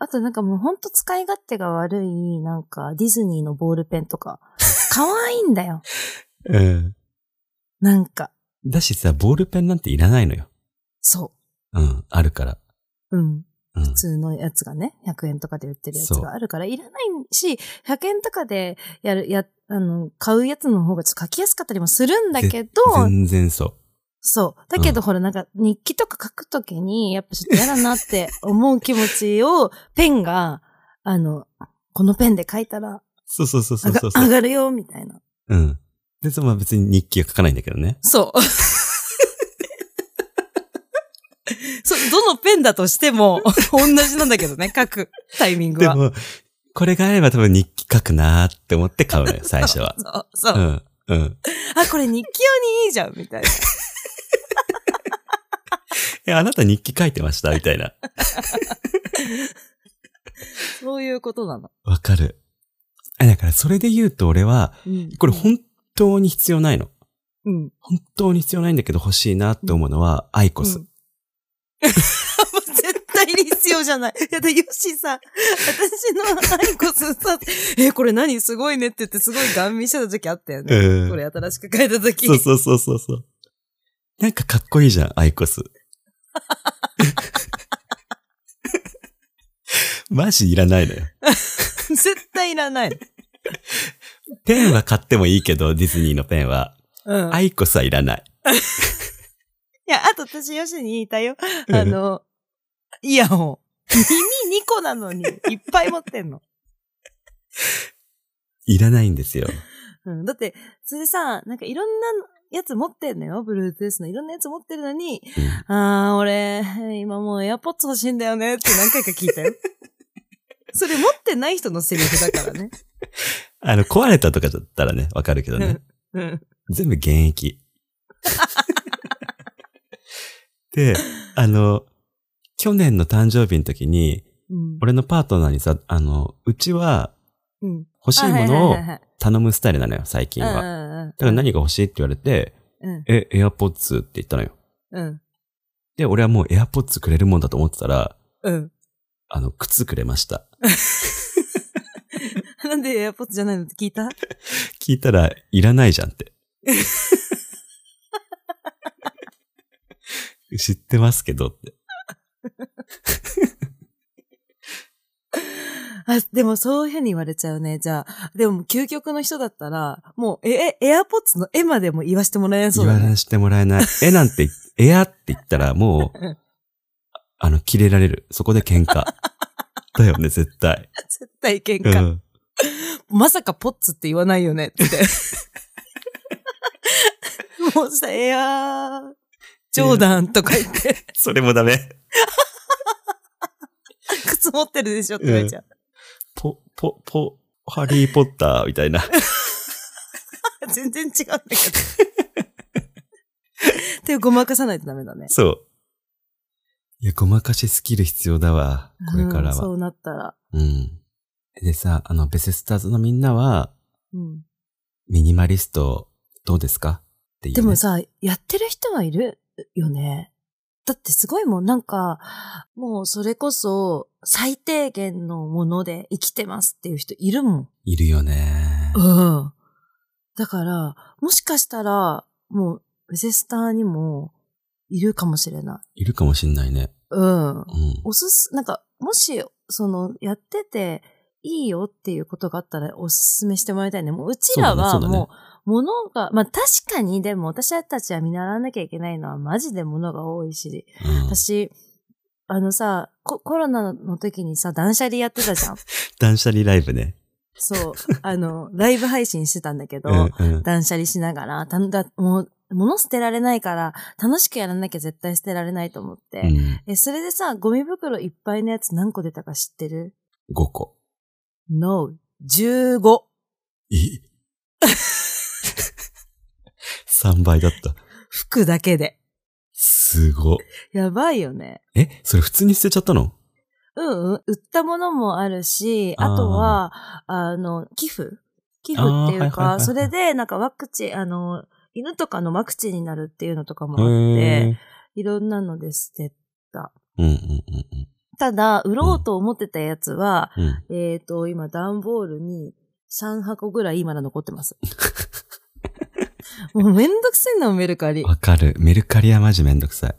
Speaker 2: あとなんかもうほんと使い勝手が悪い、なんかディズニーのボールペンとか。可愛いんだよ。
Speaker 1: うん。
Speaker 2: なんか。
Speaker 1: だしさ、ボールペンなんていらないのよ。
Speaker 2: そ
Speaker 1: うん、あるから。
Speaker 2: う。うん。
Speaker 1: うん
Speaker 2: 普。通のやつがね、100円とかで売ってるやつがあるから、いらないし、100円とかでやる、や、あの、買うやつの方がちょっと書きやすかったりもするんだけど、
Speaker 1: 全然そ
Speaker 2: そう。だけど、ほら、なんか、日記とか書くときに、やっぱちょっと嫌だなって思う気持ちを、ペンが、あの、このペンで書いたら、
Speaker 1: そうそうそうそ
Speaker 2: 上
Speaker 1: う
Speaker 2: が
Speaker 1: そう。
Speaker 2: 上がるよ、みたいな。
Speaker 1: うん。で、そのまあ別に日記は書かないんだけどね。
Speaker 2: そう。そう、どのペンだとしても、同じなんだけどね、書くタイミング
Speaker 1: で
Speaker 2: は。
Speaker 1: も、これがあれば多分日記書くなーって思って買 うのよ、最初は。
Speaker 2: そう、そうう。
Speaker 1: ん。うん。
Speaker 2: あ、これ日記用にいいじゃん、みたいな。
Speaker 1: え、あなた日記書いてましたみたいな。
Speaker 2: そういうことなの。
Speaker 1: わかる。え、だからそれで言うと俺は、
Speaker 2: うん
Speaker 1: これ本当に必要ないの。
Speaker 2: うん。
Speaker 1: 本当に必要ないんだけど欲しいなって思うのは、アイコス。
Speaker 2: うん もう絶対に必要じゃない。いやだ、ヨッシーさん、私のアイコスさ、え、これ何すごいねって言ってすごいガン見してた時あったよね。
Speaker 1: うん
Speaker 2: これ新しく書いた時。
Speaker 1: そうそうそうそうそう。なんかかっこいいじゃん、アイコ ス。マジいらないのよ。
Speaker 2: 絶対いらないの。
Speaker 1: ペンは買ってもいいけど、ディズニーのペンは。
Speaker 2: うん。
Speaker 1: アイコスはいらない。
Speaker 2: いや、あと私、ヨシに言いたいよ。あの、イヤホン。耳2個なのに、いっぱい持ってんの。
Speaker 1: いらないんですよ。
Speaker 2: うん。だって、それでさ、なんかいろんなやつ持ってんのよ。Bluetooth のいろんなやつ持ってるのに、
Speaker 1: うん
Speaker 2: あー、俺、今もう AirPods 欲しいんだよねって何回か聞いたよ。それ持ってない人のセリフだからね。
Speaker 1: あの、壊れたとかだったらね、わかるけどね。
Speaker 2: うん。
Speaker 1: 全部現 役。で、あの、去年の誕生日の時に、
Speaker 2: うん。
Speaker 1: 俺のパートナーにさ、あの、うちは
Speaker 2: うん。
Speaker 1: 欲しいものを
Speaker 2: あはいはいはい
Speaker 1: 頼むスタイルなのよ、最近
Speaker 2: はい
Speaker 1: は。
Speaker 2: うん
Speaker 1: だから何が欲しいって言われて、
Speaker 2: うん
Speaker 1: え、AirPods って言ったのよ。
Speaker 2: うん。
Speaker 1: で、俺はもう AirPods くれるもんだと思ってたら、
Speaker 2: うん。
Speaker 1: あの、靴くれました。
Speaker 2: うん。なんで AirPods じゃないのって聞いた
Speaker 1: 聞いたら、いらないじゃん って。知ってますけどって。
Speaker 2: あ、でもそういうふうに言われちゃうね。じゃあ、でも究極の人だったら、もう、え、え、エアポッツの絵までも言わしてもらえそう
Speaker 1: 言
Speaker 2: だ
Speaker 1: わ
Speaker 2: ね。
Speaker 1: してもらえない。えなんて、えやって言ったらもう
Speaker 2: うん、
Speaker 1: あの、切れられる。そこで喧 嘩。だよね、絶対。
Speaker 2: 絶対喧
Speaker 1: う
Speaker 2: 嘩。
Speaker 1: ん。
Speaker 2: まさかポッツって言わないよねって。もうさ、エアー、ジョーダンとか言って、
Speaker 1: それもダメ。
Speaker 2: 靴持ってるでしょって言われちゃう。
Speaker 1: ポ、ポ、ポ、ハリーポッターみたい な。
Speaker 2: 全然違うんだけど。 手をごまかさないとダメだね。
Speaker 1: そう。いや、ごまかしスキル必要だわ。これから
Speaker 2: うんそ
Speaker 1: は。
Speaker 2: うなったら。
Speaker 1: うん。でさ、あの、ベセスターズのみんなは、
Speaker 2: うん。
Speaker 1: ミニマリスト、どうですかっていう、
Speaker 2: でも、さ、やってる人はいるよね。だってすごいもん、なんか、もうそれこそ最低限のもので生きてますっていう人いるも
Speaker 1: いるよね
Speaker 2: ん。。うん。だから、もしかしたら、もう、ベゼスターにもいるかもしれない。
Speaker 1: いるかもしんないね。
Speaker 2: うん。
Speaker 1: うん。
Speaker 2: おすす、なんか、もし、その、やってていいよっていうことがあったらおすすめしてもらいたいね。もう、うちらは
Speaker 1: そうだねそうだね
Speaker 2: もう、物が、まあ確かにでも私たちは見習わなきゃいけないのはマジで物が多いし、
Speaker 1: うん、
Speaker 2: 私、あのさ、ココロナの時にさ、断捨離やって たじゃん。
Speaker 1: 断捨離ライブね。
Speaker 2: そう、あの、ライブ配信してたんだけど、
Speaker 1: うんうん。
Speaker 2: 断捨離しながら、たんだ、もう、物捨てられないから、楽しくやらなきゃ絶対捨てられないと思って。
Speaker 1: うん。
Speaker 2: え、それでさ、ゴミ袋いっぱいのやつ何個出たか知ってる
Speaker 1: 5個。
Speaker 2: ?No, 15。
Speaker 1: え ?3 倍だった。
Speaker 2: 服だけで。
Speaker 1: すご。
Speaker 2: やばいよね。
Speaker 1: え、それ普通に捨てちゃったの
Speaker 2: うんうん。売ったものもあるし、あとは、あの、寄付寄付っていう
Speaker 1: あーはいはいはい
Speaker 2: か、
Speaker 1: はい
Speaker 2: それでなんかワクチン、あの、犬とかのワクチンになるっていうのとかもあっ
Speaker 1: へ
Speaker 2: て、
Speaker 1: ー
Speaker 2: いろんなので捨て
Speaker 1: うんうんうんうん。
Speaker 2: ただ、売ろうと思ってたやつは、
Speaker 1: うん。
Speaker 2: えっ、と、今、段ボールに3箱ぐらい今まだ残っ てます。もうめんどくせえな、メルカリ。
Speaker 1: わかる。メルカリはマジめんどくさい。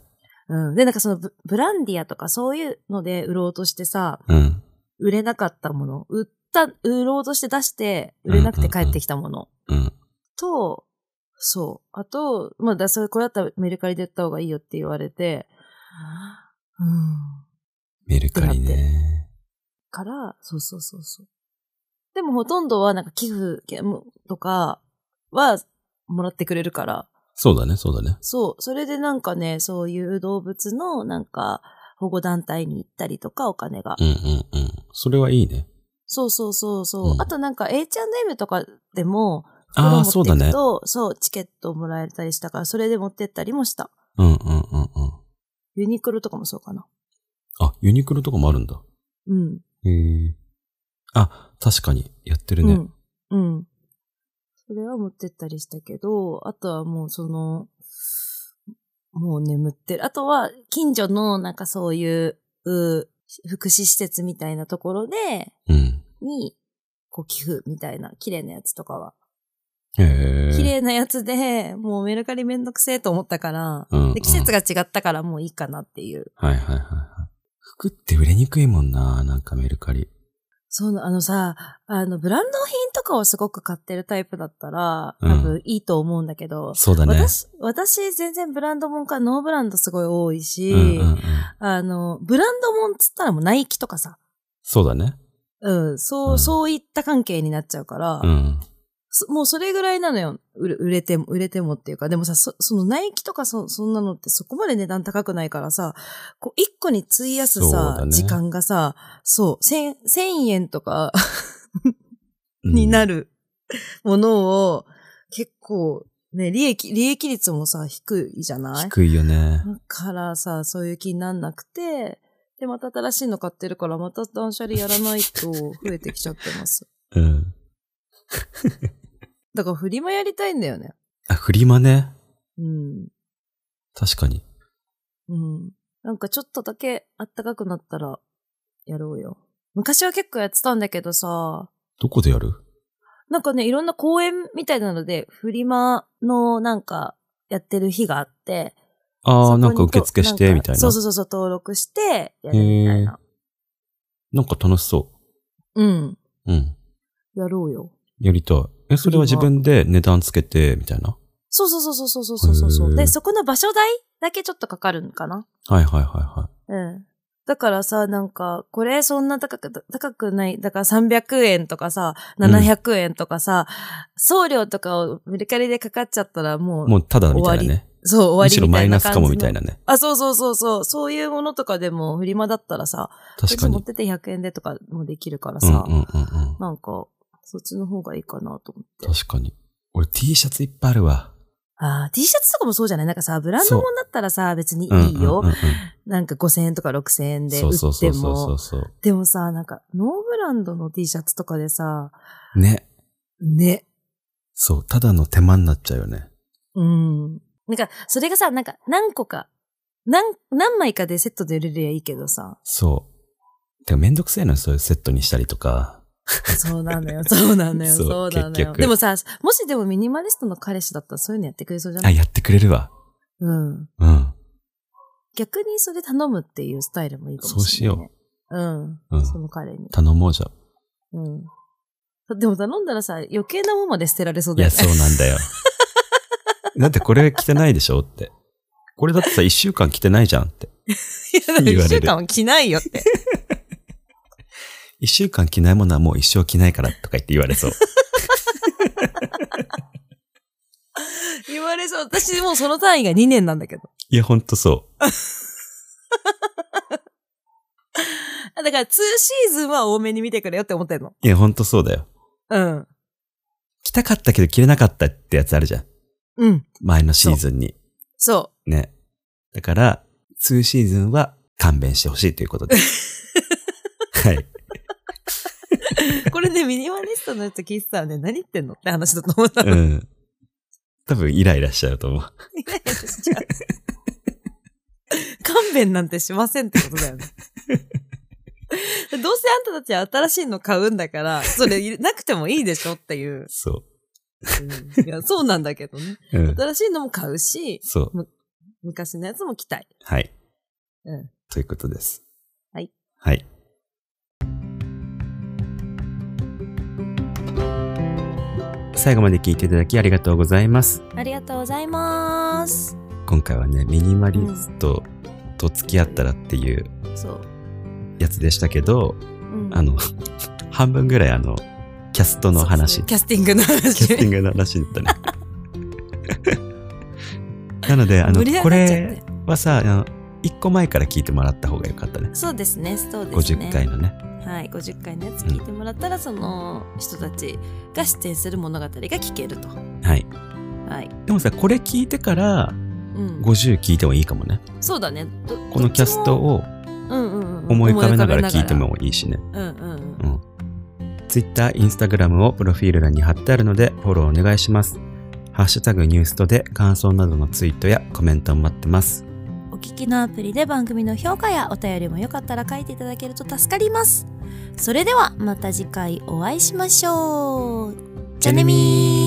Speaker 2: うん。で、なんかそのブ、ブランディアとかそういうので売ろうとしてさ、
Speaker 1: うん。
Speaker 2: 売れなかったもの、売った、売ろうとして出して、売れなくて帰ってきたもの
Speaker 1: うん。
Speaker 2: と、そう。あと、まあ、だそれ、これだったらメルカリでやった方がいいよって言われて、うん。
Speaker 1: メルカリね。
Speaker 2: から、そうそうそうそう。でもほとんどはなんか寄付とかはもらってくれるから、
Speaker 1: そうだね、そうだね。
Speaker 2: そう、それでなんかね、そういう動物のなんか保護団体に行ったりとかお金が。
Speaker 1: うんうんうん。それはいいね。
Speaker 2: そうそうそうそう。
Speaker 1: うん
Speaker 2: あとなんか H&M とかでも、
Speaker 1: ああ、
Speaker 2: 袋
Speaker 1: そ
Speaker 2: を
Speaker 1: う
Speaker 2: 持
Speaker 1: だ
Speaker 2: ってい
Speaker 1: ね
Speaker 2: く。とそう、チケットもらえたりしたから、それで持ってったりもした。
Speaker 1: うんうんうんうん。
Speaker 2: ユニクロとかもそうかな。
Speaker 1: あ、ユニクロとかもあるんだ。
Speaker 2: うん。
Speaker 1: へえ。あ、確かに、やってるね。
Speaker 2: うん。うん。それは持ってったりしたけど、あとはもうその、もう眠ってる。あとは、近所のなんかそういう、う福祉施設みたいなところで、
Speaker 1: うん。
Speaker 2: に、こう寄付みたいな、綺麗なやつとかは。
Speaker 1: へえ。
Speaker 2: 綺麗なやつで、もうメルカリめんどくせえと思ったから、
Speaker 1: うんうん
Speaker 2: で季節が違ったからもういいかなっていう。
Speaker 1: はいはいはいはい。服って売れにくいもんな、なんかメルカリ。
Speaker 2: そうな、あのさ、あの、ブランド品とかをすごく買ってるタイプだったら、
Speaker 1: うん
Speaker 2: 多分いいと思うんだけど、
Speaker 1: そうだね。
Speaker 2: 私、私全然ブランドもんかノーブランドすごい多いし、
Speaker 1: うんうんうん。
Speaker 2: あの、ブランドもんっつったらもうナイキとかさ、
Speaker 1: そうだね。
Speaker 2: うん、そう、
Speaker 1: うん
Speaker 2: そういった関係になっちゃうから、
Speaker 1: うん。
Speaker 2: そもうそれぐらいなのよ。売れ売れても、売れてもっていうか、でもさ、そそのナイキとかそそんなのってそこまで値段高くないからさ、こう、一個に費やす
Speaker 1: そう
Speaker 2: さ、
Speaker 1: だね
Speaker 2: 時間がさ、そう、千、千円とか
Speaker 1: うん
Speaker 2: になるものを、結構、ね、利益、利益率もさ、低いじゃない
Speaker 1: 低いよね。
Speaker 2: だからさ、そういう気になんなくて、で、また新しいの買ってるから、また断捨離やらないと増えてきちゃってます。
Speaker 1: うん。
Speaker 2: だからフリマやりたいんだよね。
Speaker 1: あ、フリマね。
Speaker 2: うん。
Speaker 1: 確かに。
Speaker 2: うん。なんかちょっとだけ暖かくなったら、やろうよ。昔は結構やってたんだけどさ、
Speaker 1: どこでやる
Speaker 2: なんかね、いろんな公園みたいなので、フリマのなんか、やってる日があって、
Speaker 1: あ
Speaker 2: そこ
Speaker 1: あ、
Speaker 2: に
Speaker 1: なんか受付して、
Speaker 2: と
Speaker 1: みたいな。
Speaker 2: そうそうそうそう、登録して、やるみたいな。
Speaker 1: なんか楽しそ
Speaker 2: うん。
Speaker 1: う。うん。
Speaker 2: やろうよ。
Speaker 1: やりたい。え、それは自分で値段つけて、みたいな。
Speaker 2: そうそうそうそうそうそうそうそう。
Speaker 1: へ
Speaker 2: で、
Speaker 1: ー
Speaker 2: そこの場所代だけちょっとかかるのかな
Speaker 1: はいはいはいはい。
Speaker 2: うん。だからさ、なんか、これそんな高く、高くない、だから300円とかさ、700円とかさ、送料とかをメルカリでかかっちゃったらもう、
Speaker 1: もうただみたいなね。
Speaker 2: そう、
Speaker 1: む
Speaker 2: 終
Speaker 1: し
Speaker 2: わ
Speaker 1: ろ
Speaker 2: りみ
Speaker 1: マ
Speaker 2: た
Speaker 1: イ
Speaker 2: い
Speaker 1: ナ
Speaker 2: な
Speaker 1: ス
Speaker 2: 感
Speaker 1: か
Speaker 2: じの。
Speaker 1: もみたいなね。
Speaker 2: あ、そうそうそうそう、そういうものとかでも、フリマだったらさ、
Speaker 1: 確か
Speaker 2: こっち持っ
Speaker 1: に。
Speaker 2: てて100円でとかもできるから
Speaker 1: うんうん
Speaker 2: さ、
Speaker 1: うんうん。
Speaker 2: なんか、そっちの方がいいかなと思って。
Speaker 1: 確かに。俺 T シャツいっぱいあるわ。
Speaker 2: あー T シャツとかもそうじゃないなんかさ、ブランドもんだったらさ、別にいいよ。
Speaker 1: うんうんうんうん
Speaker 2: なんか5000円とか6000円で
Speaker 1: そ
Speaker 2: 売
Speaker 1: う
Speaker 2: って
Speaker 1: そう
Speaker 2: も。
Speaker 1: そうそうそう。
Speaker 2: でもさ、なんか、ノーブランドの T シャツとかでさ、
Speaker 1: ね。
Speaker 2: ね。
Speaker 1: そう、ただの手間になっちゃうよね。
Speaker 2: うん。なんか、それがさ、なんか、何個か、何、何枚かでセットで売れりゃいいけどさ、
Speaker 1: そう。てかめんどくせえのよそういうセットにしたりとか。
Speaker 2: そうな のよ、そうなのよ、
Speaker 1: そう
Speaker 2: そうなの
Speaker 1: 結
Speaker 2: よ。
Speaker 1: 局
Speaker 2: でもさ、もしでもミニマリストの彼氏だったらそういうのやってくれそうじゃな
Speaker 1: あ、
Speaker 2: い
Speaker 1: やってくれるわ。
Speaker 2: うん。
Speaker 1: うん。
Speaker 2: 逆にそれ頼むっていうスタイルもいいか
Speaker 1: そ
Speaker 2: も
Speaker 1: う
Speaker 2: し
Speaker 1: し
Speaker 2: れ
Speaker 1: よ
Speaker 2: ないうね。うん。
Speaker 1: うん
Speaker 2: その彼に。
Speaker 1: 頼もうじゃん。
Speaker 2: うん。でも頼んだらさ、余計なもんまで捨てられそう
Speaker 1: い
Speaker 2: だよ
Speaker 1: や、
Speaker 2: ね。
Speaker 1: そうなんだよ。だってこれ汚いでしょって。これだってさ、一週間着てないじゃんって。
Speaker 2: いや、だから
Speaker 1: 言わ
Speaker 2: 一
Speaker 1: れる
Speaker 2: 週間は着ないよって。
Speaker 1: 一週間着ないものはもう一生着ないからとか言って言われ そう。
Speaker 2: 言われそう。私もうその単位が2年なんだけど。
Speaker 1: いや、ほんとそ
Speaker 2: あだから2シーズンは多めに見てくれよって思ってんの。
Speaker 1: う。いや、ほんとそうだよ。
Speaker 2: うん。
Speaker 1: 着たかったけど着れなかったってやつあるじゃん。
Speaker 2: うん。
Speaker 1: 前のシーズンに。
Speaker 2: そ
Speaker 1: ね。だから、2シーズンは勘弁してほしいという ことで。はい。
Speaker 2: う。これね、ミニマリストのやつ聞いてたらね、何言ってんのって話だと思ったの。
Speaker 1: うん。多分イライラしちゃうと思う。
Speaker 2: いやいやしちゃう 勘弁なんてしませんってことだよね。どうせあんたたちは新しいの買うんだから、それなくてもいいでしょっていう。
Speaker 1: そ
Speaker 2: うんいやそうなんだけどね。
Speaker 1: う。うん。
Speaker 2: 新しいのも買うし、
Speaker 1: そう。
Speaker 2: 昔のやつも着たい。
Speaker 1: はい。
Speaker 2: うん
Speaker 1: ということです。
Speaker 2: はい。
Speaker 1: はい。
Speaker 2: 3
Speaker 1: 最後まで聞いていただきありがとうございます。
Speaker 2: ありがとうございます。
Speaker 1: 今回はね、ミニマリストと付き合ったらっていう
Speaker 2: そう。
Speaker 1: やつでしたけど、
Speaker 2: うん
Speaker 1: あの、 半分ぐらいあの、キャストの話、
Speaker 2: キャスティングの
Speaker 1: キャスティ
Speaker 2: 話。
Speaker 1: ングの話だった ね。なので、あの
Speaker 2: 無理、や
Speaker 1: こ
Speaker 2: りになっちゃっ
Speaker 1: れ
Speaker 2: て。
Speaker 1: はさ、あの、1個前から聞いてもらった方がよかったね。
Speaker 2: そうですね、そうですね。
Speaker 1: 50回のね。
Speaker 2: はい、50回のやつ聞いてもらったら、その人たちが出演する物語が聞けると。
Speaker 1: はい。
Speaker 2: はい。
Speaker 1: でもさ、これ聞いてから
Speaker 2: うん。
Speaker 1: 50聞いてもいいかもね。
Speaker 2: そうだね。ど
Speaker 1: このキャスト、を
Speaker 2: どっちもうんうんうん、
Speaker 1: 思い浮かべながら聞いて。もいいしね。
Speaker 2: うんうんうん。
Speaker 1: うん。Twitter、Instagram をプロフィール欄に貼ってあるのでフォローお願いします。ハッシュタグニュースとで感想などのツイートやコメントを待ってます。
Speaker 2: お聞きのアプリで番組の評価やお便りもよかったら書いていただけると助かります。それではまた次回お会いしましょう。じゃあねみー